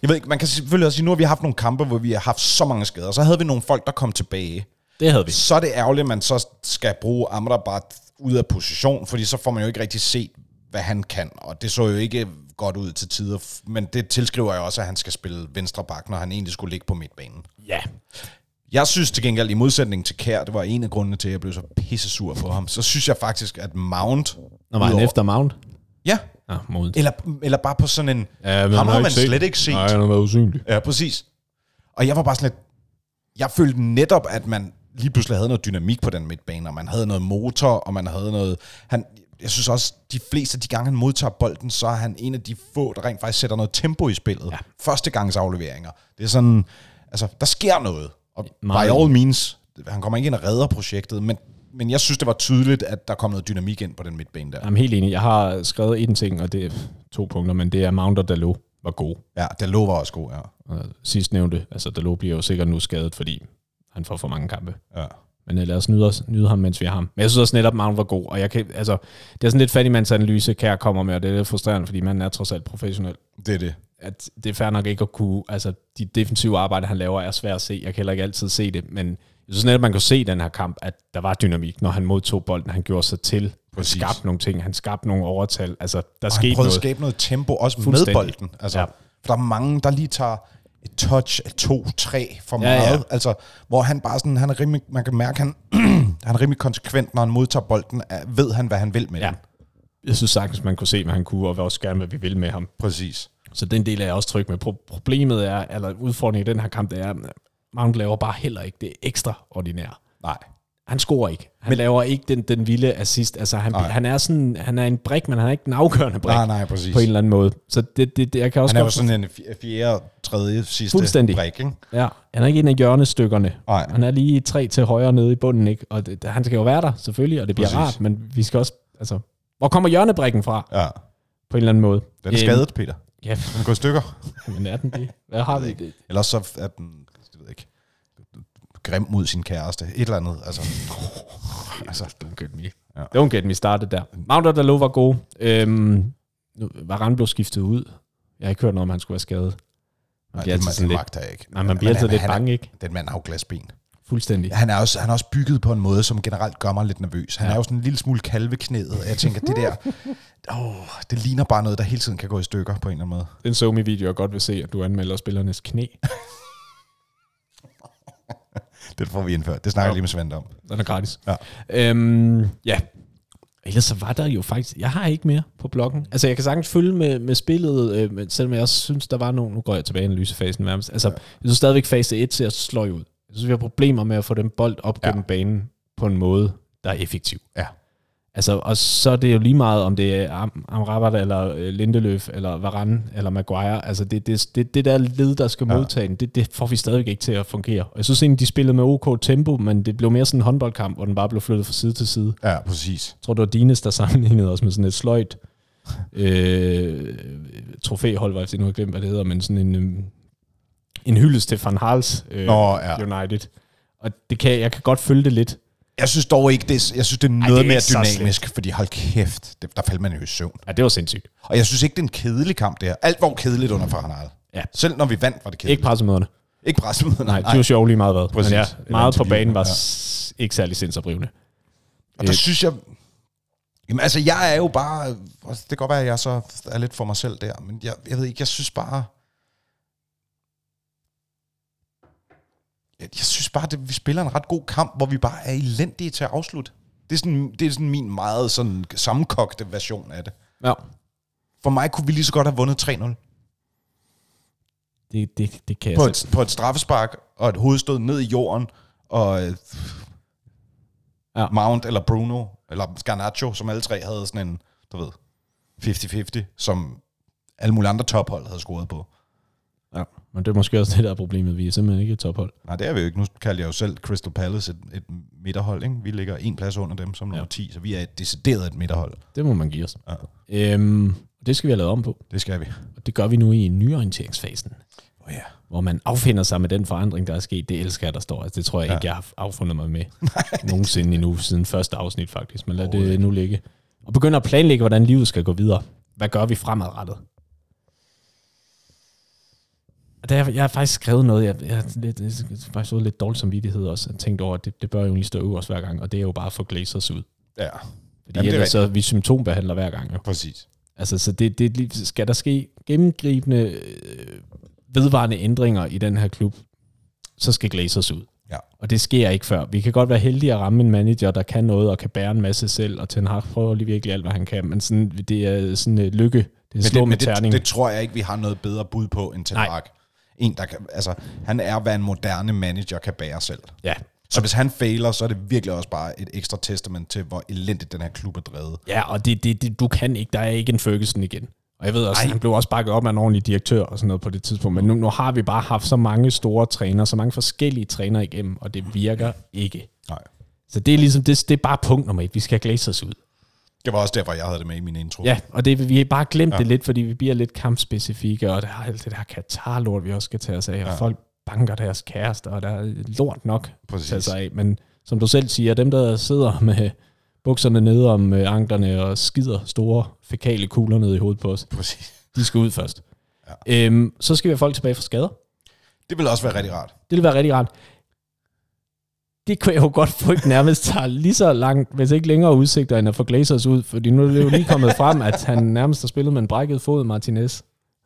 Jeg ved ikke, man kan selvfølgelig også sige, nu har vi haft nogle kampe, hvor vi har haft så mange skader. Så havde vi nogle folk, der kom tilbage. det havde vi. så er det ærgerligt, at man så skal bruge Amrabat ud af position, fordi så får man jo ikke rigtig set, hvad han kan, og det så jo ikke godt ud til tider, f- men det tilskriver jeg også, at han skal spille venstre bak, når han egentlig skulle ligge på midtbanen. Ja, Jeg synes til gengæld, i modsætning til Kær, det var en af grundene til, at jeg blev så pissesur på ham, så synes jeg faktisk, at Mount... når var han udover- efter Mount. Ja, Ah, modet. eller, eller bare på sådan en... Ja, ham har man slet ikke set. han har været usynlig. Ja, præcis. Og jeg var bare sådan lidt, jeg følte netop, at man lige pludselig havde noget dynamik på den midtbane, og man havde noget motor, og man havde noget... Han, jeg synes også, de fleste af de gange, han modtager bolden, så er han en af de få, der rent faktisk sætter noget tempo i spillet. Ja. Førstegangsafleveringer. Det er sådan... Altså, der sker noget. Og by Meget. all means, han kommer ikke ind og redder projektet, men, men jeg synes, det var tydeligt, at der kom noget dynamik ind på den midtbane der. Jeg er helt enig. Jeg har skrevet en ting, og det er to punkter, men det er Mount og Dalot var gode. Ja, der lå var også god, ja. Og sidst nævnte, altså Dalot bliver jo sikkert nu skadet, fordi han får for mange kampe. ja. Men øh, lad os nyde, os, nyde ham, mens vi har ham. Men jeg synes også netop, Mount var god. Og jeg kan, altså, det er sådan lidt fattigmandsanalyse, kan jeg komme med, og det er lidt frustrerende, fordi man er trods alt professionel. Det er det. At det er fair nok ikke at kunne... Altså, de defensive arbejde, han laver, er svært at se. Jeg kan heller ikke altid se det, men jeg synes netop, man kunne se i den her kamp, at der var dynamik, når han modtog bolden. Han gjorde sig til. Præcis. Han skabte nogle ting. Han skabte nogle overtal. Altså, der Og han skete prøvede at noget. skabe noget tempo, også med Fuldstændig. bolden. Altså, ja. Ja. For der er mange, der lige tager et touch, et to, tre for Ja, ja. meget. Altså, hvor han bare sådan, han er rimelig, man kan mærke, han, han er rimelig konsekvent, når han modtager bolden, Er- ved han, hvad han vil med Ja. den. Jeg synes sagtens, man kunne se, hvad han kunne, og også gerne, hvad vi vil med ham. Præcis. Så den del er jeg også tryg med. Pro- Problemet er, eller udfordringen i den her kamp, det er, at Mount laver bare heller ikke det ekstraordinære. Nej. Han scorer ikke. Han men, laver ikke den, den vilde assist. Altså, han, Nej. han, er sådan, han er en brik, men han er ikke den afgørende brik Nej, nej, præcis. på en eller anden måde. Så det, det, det jeg kan også Han er jo godt- sådan en fj- fjerde, tredje, sidste Fuldstændig. brik, ikke? Ja, han er ikke en af hjørnestykkerne. Nej. Han er lige tre til højre nede i bunden, ikke? Og det, han skal jo være der, selvfølgelig, og det bliver Præcis. rart, men vi skal også... Altså, hvor kommer hjørnebrikken fra, Ja. på en eller anden måde? Den er skadet, Peter. Ja, Den går i stykker. men er den det? Hvad har vi det? Ellers så er den, jeg ved ikke, grim mod sin kæreste. Et eller andet. Altså, altså Don't get me. Ja. Ja. Don't get me started der. Mount og Dalot var gode. Øhm, nu, Varane blev skiftet ud. Jeg har ikke hørt noget om, han skulle være skadet. nej, det, Man bliver altid det, det sådan lidt, magter jeg ikke. nej, man bliver altid han- lidt han er- bange, ikke? Den mand har jo glasben. Fuldstændig. Han er, også, han er også bygget på en måde, som generelt gør mig lidt nervøs. Han ja. er jo sådan en lille smule kalveknæet, og jeg tænker, det der, åh, det ligner bare noget, der hele tiden kan gå i stykker på en eller anden måde. Den så mi video, jeg godt vil se, at du anmelder spillernes knæ. Det får vi indført. Det snakker jeg lige med Svend om. Den er gratis. Ja. Øhm, ja. Ellers så var der jo faktisk... Jeg har ikke mere på bloggen. Altså, jeg kan sagtens følge med, med spillet, øh, men selvom jeg også synes, der var nogle... Nu går jeg tilbage i analysefasen nærmest. Altså, ja. jeg synes stadigvæk, fase 1 ser sløj ud. Jeg synes, vi har problemer med at få den bold op Ja. ja. gennem banen på en måde, der er effektiv. Ja. Altså, og så er det jo lige meget, om det er Am- Amrabat, eller øh, Lindeløf, eller Varane, eller Maguire. Altså, det, det, det, det der led, der skal Ja. modtage den, det, det får vi stadigvæk ikke til at fungere. Og jeg synes egentlig, de spillede med OK tempo, men det blev mere sådan en håndboldkamp, hvor den bare blev flyttet fra side til side. Ja, præcis. Jeg tror, det var Dines, der sammenlignede os med sådan et sløjt øh, trofæhold, hvor jeg nu har glemt, hvad det hedder, men sådan en, øh, en hyldest til Van Hals øh, Nå, ja. United. Og det kan, jeg kan godt følge det lidt. Jeg synes dog ikke, det er, jeg synes, det er noget det er Ej, det ikke er mere så dynamisk, fordi hold kæft, det, der faldt man jo i søvn. Ja, det var sindssygt. Og jeg synes ikke, det er en kedelig kamp, det her. Alt var jo kedeligt under Farnal. Ja. Selv når vi vandt, var det kedeligt. Ikke pressemøderne. Ikke, ikke pressemøderne. Nej, det var sjovt lige meget hvad. Præcis. Men ja, Eller meget på interview, banen var ja. s- ikke særlig sindsoprivende. Og der Øh. synes jeg... Jamen altså, jeg er jo bare... og Det kan godt være, at jeg så er lidt for mig selv der, men jeg, jeg ved ikke, jeg synes bare... Jeg, jeg synes bare, at vi spiller en ret god kamp, hvor vi bare er elendige til at afslutte. Det er sådan, det er sådan min meget sådan sammenkogte version af det. Ja. For mig kunne vi lige så godt have vundet 3-0. Det, det, det kan jeg På selv. et, på et straffespark og et hovedstød ned i jorden, og øh, Ja. Mount eller Bruno, eller Garnacho, som alle tre havde sådan en, du ved, 50-50, som alle mulige andre tophold havde scoret på. Ja. Men det er måske også det, der er problemet. Vi er simpelthen ikke et tophold. Nej, det er vi jo ikke. Nu kalder jeg jo selv Crystal Palace et, et midterhold, ikke? Vi ligger en plads under dem som nummer Ja. 10, så vi er et decideret et midterhold. Det må man give os. Ja. Øhm, det skal vi have lavet om på. Det skal vi. Og det gør vi nu i nyorienteringsfasen, Oh, ja. hvor man affinder sig med den forandring, der er sket. Det elsker jeg, der står. Altså, det tror jeg ja. ikke, jeg har affundet mig med nogensinde endnu, siden første afsnit faktisk. Men lad det nu ligge. Og begynder at planlægge, hvordan livet skal gå videre. Hvad gør vi fremadrettet? Og Der, jeg har faktisk skrevet noget, jeg, jeg, er lidt, jeg har faktisk fået lidt dårlig samvittighed også, og tænkt over, at det, det bør jo egentlig stå øverst hver gang, og det er jo bare at få glazers ud. Ja, Fordi Jamen, det Jamen, er ellers så vi symptombehandler hver gang. Jo. præcis. Altså, så det, det, er lige- skal der ske gennemgribende, øh, vedvarende ændringer i den her klub, så skal Glazers ud. Ja. Og det sker ikke før. Vi kan godt være heldige at ramme en manager, der kan noget og kan bære en masse selv, og Ten Hag prøver lige virkelig alt, hvad han kan, men sådan, det er sådan øh, lykke. Det er Men slå det, med men det, terning. det tror jeg ikke, vi har noget bedre bud på end Ten Nej. Hag. En, der kan, altså, han er, hvad en moderne manager kan bære selv. Ja. Så hvis han fejler, så er det virkelig også bare et ekstra testament til, hvor elendigt den her klub er drevet. Ja, og det, det, det, du kan ikke. Der er ikke en Ferguson igen. Og jeg ved også, Ej. han blev også bakket op af en ordentlig direktør og sådan noget på det tidspunkt. Men nu, nu har vi bare haft så mange store trænere, så mange forskellige trænere igennem, og det virker ikke. Nej. Så det er ligesom, det, det er bare punkt nummer et. Vi skal have Glazers ud. Det var også derfor, jeg havde det med i min intro. Ja, og det, vi har bare glemt ja. det lidt, fordi vi bliver lidt kampspecifikke, og der er alt det der Katar-lort, vi også skal tage os af, og ja. folk banker deres kærester, og der er lort nok Præcis. at tage sig af. Men som du selv siger, dem der sidder med bukserne nede om øh, anklerne og skider store fækale kugler ned i hovedet på os, Præcis. de skal ud først. Ja. Øhm, så skal vi have folk tilbage fra skader. Det ville også være rigtig rart. Det ville være rigtig rart. Det kunne jeg jo godt frygte nærmest tager lige så langt, hvis ikke længere udsigter, end at få Glazers ud. Fordi nu er det jo lige kommet frem, at han nærmest har spillet med en brækket fod, Martinez.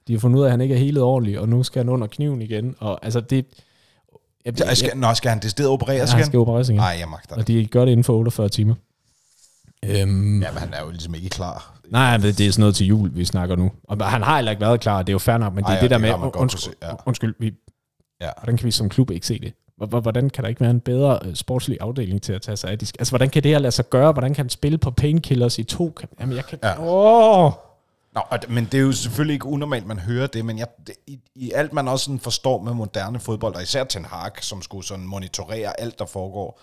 De har fundet ud af, at han ikke er helet ordentligt, og nu skal han under kniven igen. Og altså det... Jeg, Ja, skal, nå, skal han decideret operere? jeg, jeg skal opereres igen. Nej, jeg magter Og det. de gør det inden for 48 timer. Øhm, Jamen, han er jo ligesom ikke klar. Nej, men det er sådan noget til jul, vi snakker nu. Og han har heller ikke været klar, og det er jo fair nok, men det er Ej, det der det med, har man godt undskyld, kunne se, ja. undskyld vi, Ja. hvordan kan vi som klub ikke se det? Hvor- hvor- Hvordan kan der ikke være en bedre øh, sportslig afdeling til at tage sig af? de sk- Altså, hvordan kan det her lade sig gøre? Hvordan kan han spille på painkillers i to? kampe? Jamen, jeg kan... Ja. Ja. Oh! Nå, og, d- men det er jo selvfølgelig ikke unormalt, man hører det, men jeg, det, i, i alt man også sådan forstår med moderne fodbold, og især Ten Hag, som skulle sådan monitorere alt, der foregår,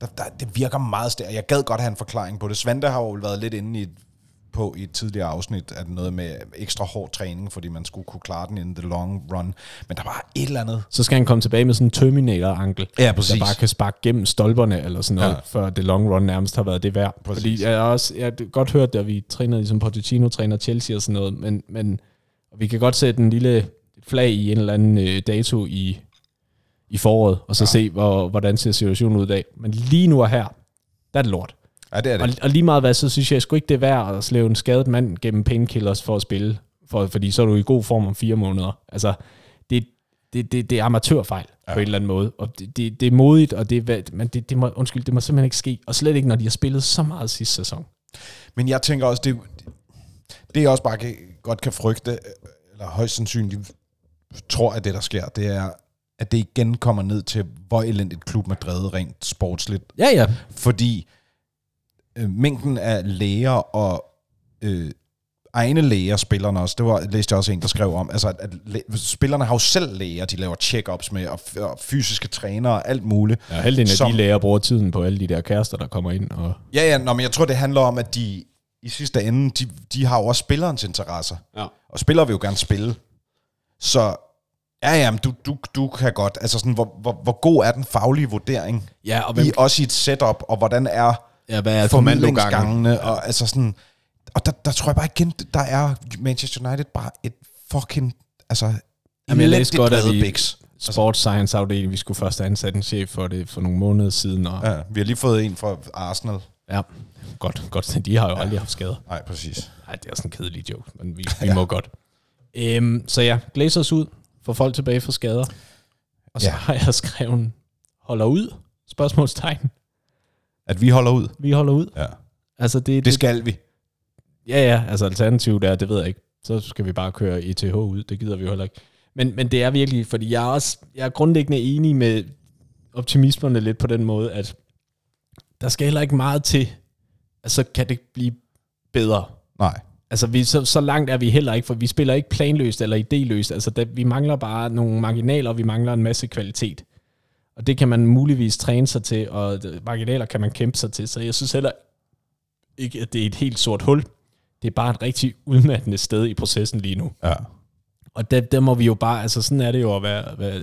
der, der, det virker meget stærkt. Jeg gad godt have en forklaring på det. Svante har jo været lidt inde i, på i et tidligere afsnit, at noget med ekstra hård træning, fordi man skulle kunne klare den in the long run. Men der var et eller andet. Så skal han komme tilbage med sådan en Terminator-ankel, Ja, præcis. der bare kan sparke gennem stolperne eller sådan noget, Ja. ja. før det long run nærmest har været det værd. Præcis. Fordi jeg har også, jeg har godt hørt, at vi træner ligesom Pochettino træner Chelsea og sådan noget, men, men og vi kan godt sætte en lille flag i en eller anden øh, dato i, i foråret, og så ja. se, hvor, hvordan ser situationen ud i dag. Men lige nu og her, der er det lort. Ja, det er det. Og, og lige meget hvad, så synes jeg sgu ikke, det er værd at slæve en skadet mand gennem painkillers for at spille, for, fordi så er du i god form om fire måneder. Altså, det, det, det, det er amatørfejl ja. på en eller anden måde, og det, det, det er modigt, og det, er hvad- men det, det må, undskyld, det må simpelthen ikke ske, og slet ikke, når de har spillet så meget sidste sæson. Men jeg tænker også, det, det jeg også bare kan, godt kan frygte, eller højst sandsynligt tror, at det der sker, det er, at det igen kommer ned til, hvor elendigt klubben er drevet rent sportsligt. Ja, ja. Fordi øh, mængden af læger og øh, egne læger, spillerne også, det var, læste jeg også en, der skrev om, altså at, at læ- spillerne har jo selv læger, de laver check-ups med, og, f- og fysiske trænere og alt muligt. ja halvdelen af Som- som... de læger bruger tiden på alle de der kærester, der kommer ind. Og... Ja, ja, nå, men jeg tror, det handler om, at de i sidste ende, de, de har jo også spillerens interesser. Ja. Og spillere vil jo gerne spille. Så ja, ja, men du, du, du kan godt. Altså sådan, hvor, hvor, hvor god er den faglige vurdering? Ja, og I, også i et setup, og hvordan er ja, hvad er formidlingsgangene? Og, altså sådan, og der, der tror jeg bare igen, der er Manchester United bare et fucking... Altså, Jamen, jeg læste elendigt godt, at drevet vi- biks. Altså- Sports Science afdeling, vi skulle først ansætte en chef for det for nogle måneder siden, og Ja, vi har lige fået en fra Arsenal. Ja, godt. godt. De har jo ja. aldrig haft skader. Nej, præcis. Nej, det er sådan en kedelig joke, men vi, vi ja. må godt. Øhm, så ja, Glazers ud, får folk tilbage fra skader. Og så Ja. ja. har jeg skrevet, holder ud? Spørgsmålstegn. At vi holder ud. Vi holder ud. Ja. Altså det, Det det, skal vi. ja, ja, altså alternativet er, det ved jeg ikke. Så skal vi bare køre ETH ud, det gider vi jo heller ikke. Men, men det er virkelig, fordi jeg er, også, jeg er grundlæggende enig med optimismerne lidt på den måde, at der skal heller ikke meget til, at så kan det blive bedre. Nej. Altså, vi, så, så langt er vi heller ikke, for vi spiller ikke planløst eller idéløst. Altså, der, vi mangler bare nogle marginaler, og vi mangler en masse kvalitet. Og det kan man muligvis træne sig til, og øh, marginaler kan man kæmpe sig til. Så jeg synes heller ikke, at det er et helt sort hul. Det er bare et rigtig udmattende sted i processen lige nu. Ja. Og der, der må vi jo bare, altså sådan er det jo at være, at være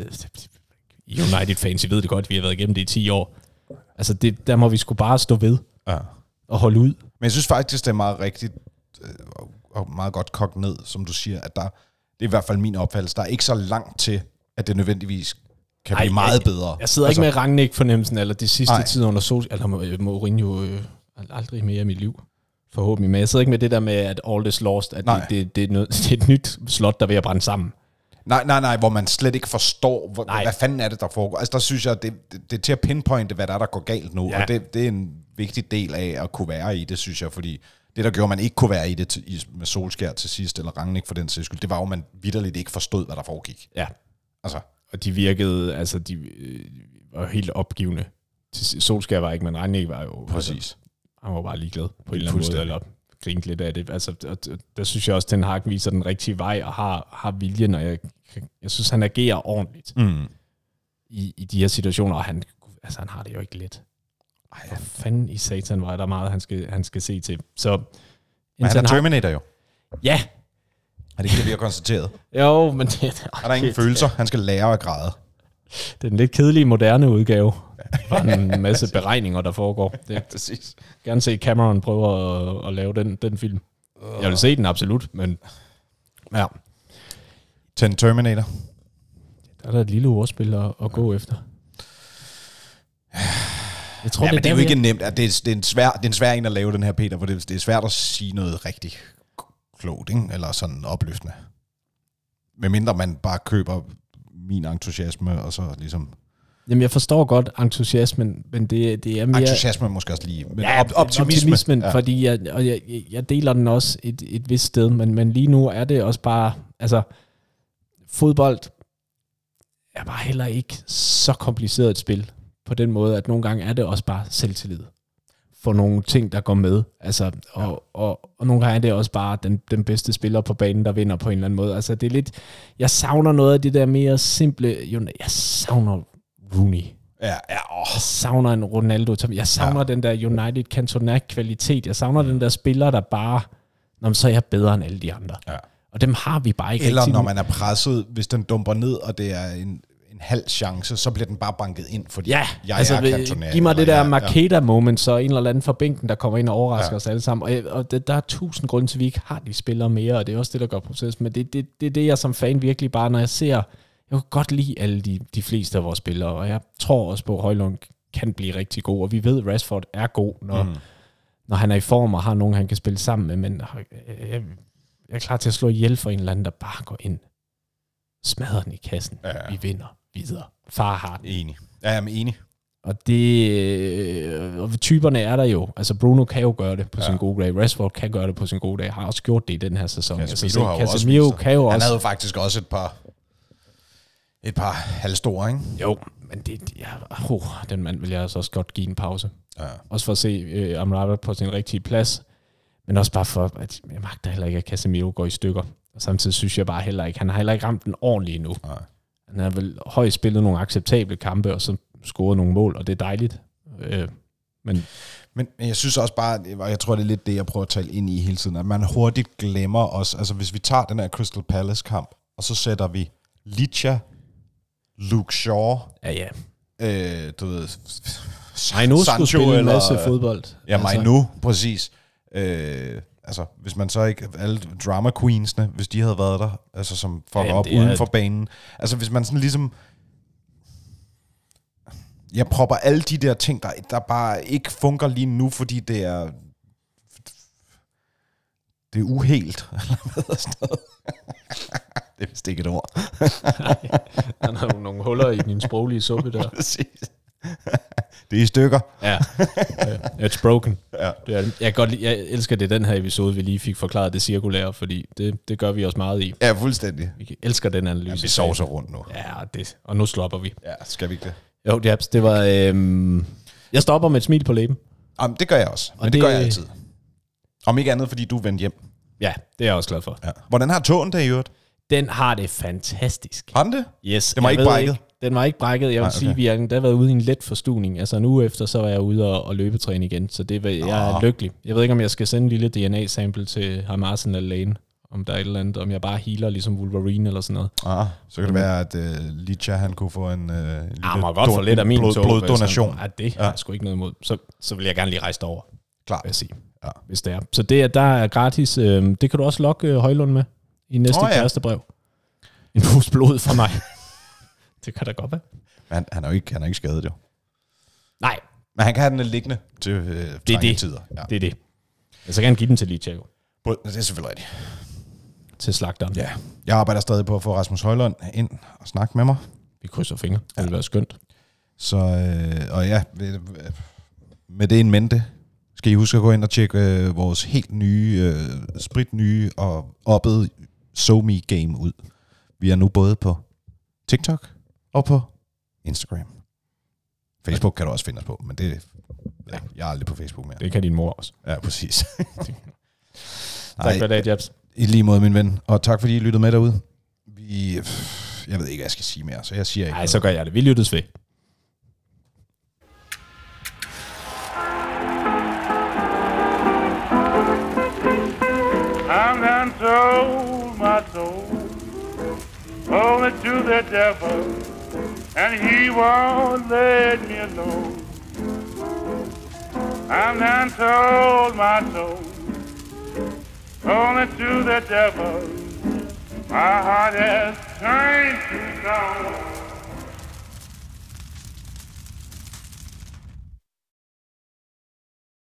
United-fans, I ved det godt, vi har været igennem det i 10 år. Altså, det, der må vi sgu bare stå ved ja. og holde ud. Men jeg synes faktisk, det er meget rigtigt øh, og- og meget godt kogt ned, som du siger, at der, det er i hvert fald min opfattelse, der er ikke så langt til, at det nødvendigvis kan blive Ej, meget jeg- bedre. Jeg sidder altså, ikke med Rangnick-fornemmelsen, eller det sidste Nej. Ej. tid under Sol, eller Mo- Mourinho, øh, aldrig mere i mit liv, forhåbentlig. Men jeg sidder ikke med det der med, at all is lost, at Nej. det, det, det, er noget, det er et nyt slot, der er ved at brænde sammen. Altså, Nej, nej, nej, hvor man slet ikke forstår, hvor, Nej. hvad fanden er det, der foregår. Altså, der synes jeg, det, det, det er til at pinpointe, hvad der er, der går galt nu, ja. Ja. og det, det er en vigtig del af at kunne være i det, synes jeg, fordi det, der gjorde, at man ikke kunne være i det til, i, med Solskær til sidst, eller Rangnick for den sags skyld, det var jo, at man vidderligt ikke forstod, hvad der foregik. Ja. Altså, Og de virkede, altså de øh, var helt opgivende. Til- Solskjaer var ikke, men Reinig var jo... Altså, præcis. han var bare ligeglad på en eller anden måde, Fuldstændig. eller grinte lidt af det. Altså, og, og, der synes jeg også, at Ten Hag viser den rigtige vej og har, har viljen, og jeg, jeg synes, han agerer ordentligt Mm. i, i de her situationer, og han, altså, han har det jo ikke let. Ej, hvor fanden i satan var der meget, han skal, han skal se til. Så, Men han Ten er Hag- Terminator jo. ja, Er det ikke det, vi har konstateret? jo, men det, Er der ingen følelser? Han skal lære at græde. Den lidt kedelige, moderne udgave. Bare en masse beregninger, der foregår. Det er Præcis. gerne se Cameron prøve at, at lave den, den film. Jeg Øh. vil se den absolut, men ja, Ten Terminator. der er da et lille ordspil at, at gå efter. Jeg tror, Ja, men det er jo der, ikke vi nemt. at Det er, det, er en svær, det er en svær en at lave den her, Peter, for det, det er svært at sige noget rigtig klogt, ikke? eller sådan opløftende. Medmindre man bare køber min entusiasme, og så ligesom... Jamen, jeg forstår godt entusiasmen, men det, det er mere... Entusiasme er måske også lige, men Ja, ja, op, optimisme. optimismen ja. ja. fordi jeg, og jeg, jeg deler den også et, et vist sted, men, men lige nu er det også bare, altså, fodbold er bare heller ikke så kompliceret et spil, på den måde, at nogle gange er det også bare selvtillid for nogle ting, der går med. Altså, og, ja. og, og nogle gange er det også bare den, den bedste spiller på banen, der vinder på en eller anden måde. Altså, det er lidt, jeg savner noget af det der mere simple, jo, jeg savner Rooney. ja, ja, åh, Jeg savner en Ronaldo. Tom. Jeg savner ja. den der United Cantona-kvalitet. Jeg savner den der spiller, der bare... Nå, men så er jeg bedre end alle de andre. Ja. Og dem har vi bare ikke Eller rigtig når nu. man er presset, hvis den dumper ned, og det er en, en halv chance, så bliver den bare banket ind, fordi Ja, jeg altså, er vil- kantonær. giv mig det eller der jeg- Marketa-moment, så en eller anden fra bænken, der kommer ind og overrasker Ja. ja. os alle sammen. Og, jeg- og det, der er tusind grunde til, at vi ikke har de spillere mere, og det er også det, der gør processen. Men det, det, det er det, jeg som fan virkelig bare, når jeg ser... Jeg kan godt lide alle de, de fleste af vores spillere, og jeg tror også på, at Højlund kan blive rigtig god. Og vi ved, at Rashford er god, Mhm. når, mm. når han er i form og har nogen, han kan spille sammen med. Men øh, jeg, jeg er klar til at slå ihjel for en eller anden, der bare går ind. Smadrer den i kassen. Ja. Ja. Vi vinder videre. Far har den. Ja, enig. Ja, jeg er enig. Og det, øh, og typerne er der jo. Altså Bruno kan jo gøre det på ja. sin gode dag. Rashford kan gøre det på sin gode dag. Har også gjort det i den her sæson. Casemiro har jo også Casemiro vist sig. kan jo Han også. havde jo faktisk også et par, et par halvstore, ikke? Jo, men det, det- ja, oh, den mand vil jeg altså også godt give en pause. Ja. Også for at se øh, Amrata på sin rigtige plads. Men også bare for, at jeg magter heller ikke, at Casemiro går i stykker. Og samtidig synes jeg bare heller ikke, han har heller ikke ramt den ordentligt endnu. Nej. Han har vel højst spillet nogle acceptable kampe, og så scoret nogle mål, og det er dejligt. Øh, men Men, men jeg synes også bare, og jeg tror, det er lidt det, jeg prøver at tale ind i hele tiden, at man hurtigt glemmer os. Altså, hvis vi tager den her Crystal Palace-kamp, og så sætter vi Licha, Luke Shaw, ja, ja. øh, du ved, Ej, nu skulle spille en masse fodbold. Ja, altså. mig nu, præcis. Øh, altså, hvis man så ikke, alle drama queensne, hvis de havde været der, altså som fucker Jamen, op det er- uden for banen. Altså, hvis man sådan ligesom, jeg propper alle de der ting, der, der bare ikke fungerer lige nu, fordi det er, det er uhelt, eller hvad hedder sådan noget. det er vist ikke et ord. Han har jo nogle huller i din sproglige suppe der. Præcis. det er i stykker. Ja. Øh, It's broken. Ja. Det er, det. jeg, kan godt lide, jeg elsker det, den her episode, vi lige fik forklaret det cirkulære, fordi det, det gør vi også meget i. Ja, fuldstændig. Vi elsker den analyse. Vi sover så rundt nu. Ja, det, og nu slopper vi. Ja, skal vi ikke det? Jo, Japs, det var... Øhm, jeg stopper med et smil på læben. Jamen, det gør jeg også. Men det, det det- gør jeg altid. Om ikke andet, fordi du er vendt hjem. Ja, det er jeg også glad for. Ja. Hvordan har tågen det i øvrigt? Den har det fantastisk. Har den det? Yes, Den var jeg ikke ved brækket? Den var ikke brækket. Nej, Jeg vil Nej, okay. okay. sige, vi har endda været ude i en let forstuning. Altså en uge efter, så var jeg ude og, og løbetræne igen. Så det, var- jeg er Nå. lykkelig. Jeg ved ikke, om jeg skal sende en lille DNA-sample til ham Arsenal Lane. Om der er et eller andet. Om jeg bare healer ligesom Wolverine eller sådan noget. Ah, så kan det være, at uh, Licha, han kunne få en, uh, en lille Ah, må godt få don- lidt af min blod, tog, hvis han- bloddonation. Ja, det har jeg sgu ikke noget imod. Så, så vil jeg gerne lige rejse derover, Klar. vil jeg sige. Ja. Ja. Hvis det er. Så det, at der er gratis, øh, det kan du også lokke øh, Højlund med i næste Nå oh, ja. ja. kærestebrev. En pose blod fra mig. det kan da godt være. Men han, han, er jo ikke, han er ikke skadet, jo. Nej, Men han kan have den liggende til uh, det, det. tider. Ja. det er det. Jeg så kan han give den til Lichak, Både- Det er selvfølgelig rigtigt. til slagteren. Ja. Jeg arbejder stadig på at få Rasmus Højlund ind og snakke med mig. Vi krydser fingre. Det ville være skønt. Så, øh, og ja, ved- øh, med det en mente, skal I huske at gå ind og tjekke øh, vores helt nye, øh, sprit nye og oppede SoMe game ud. Vi er nu både på TikTok og på Instagram. Facebook kan du også finde os på, men det ja, jeg er aldrig på Facebook mere. Det kan din mor også. Ja, præcis. Tak Ej, for i dag, Jabs. I lige måde, min ven. Og tak fordi I lyttede med derude. Vi, jeg ved ikke, hvad jeg skal sige mere, så jeg siger ikke Nej, så gør jeg det. Vi lyttes ved. And then sold my soul only to the devil, and he won't let me alone. And then sold my soul only to the devil. My heart is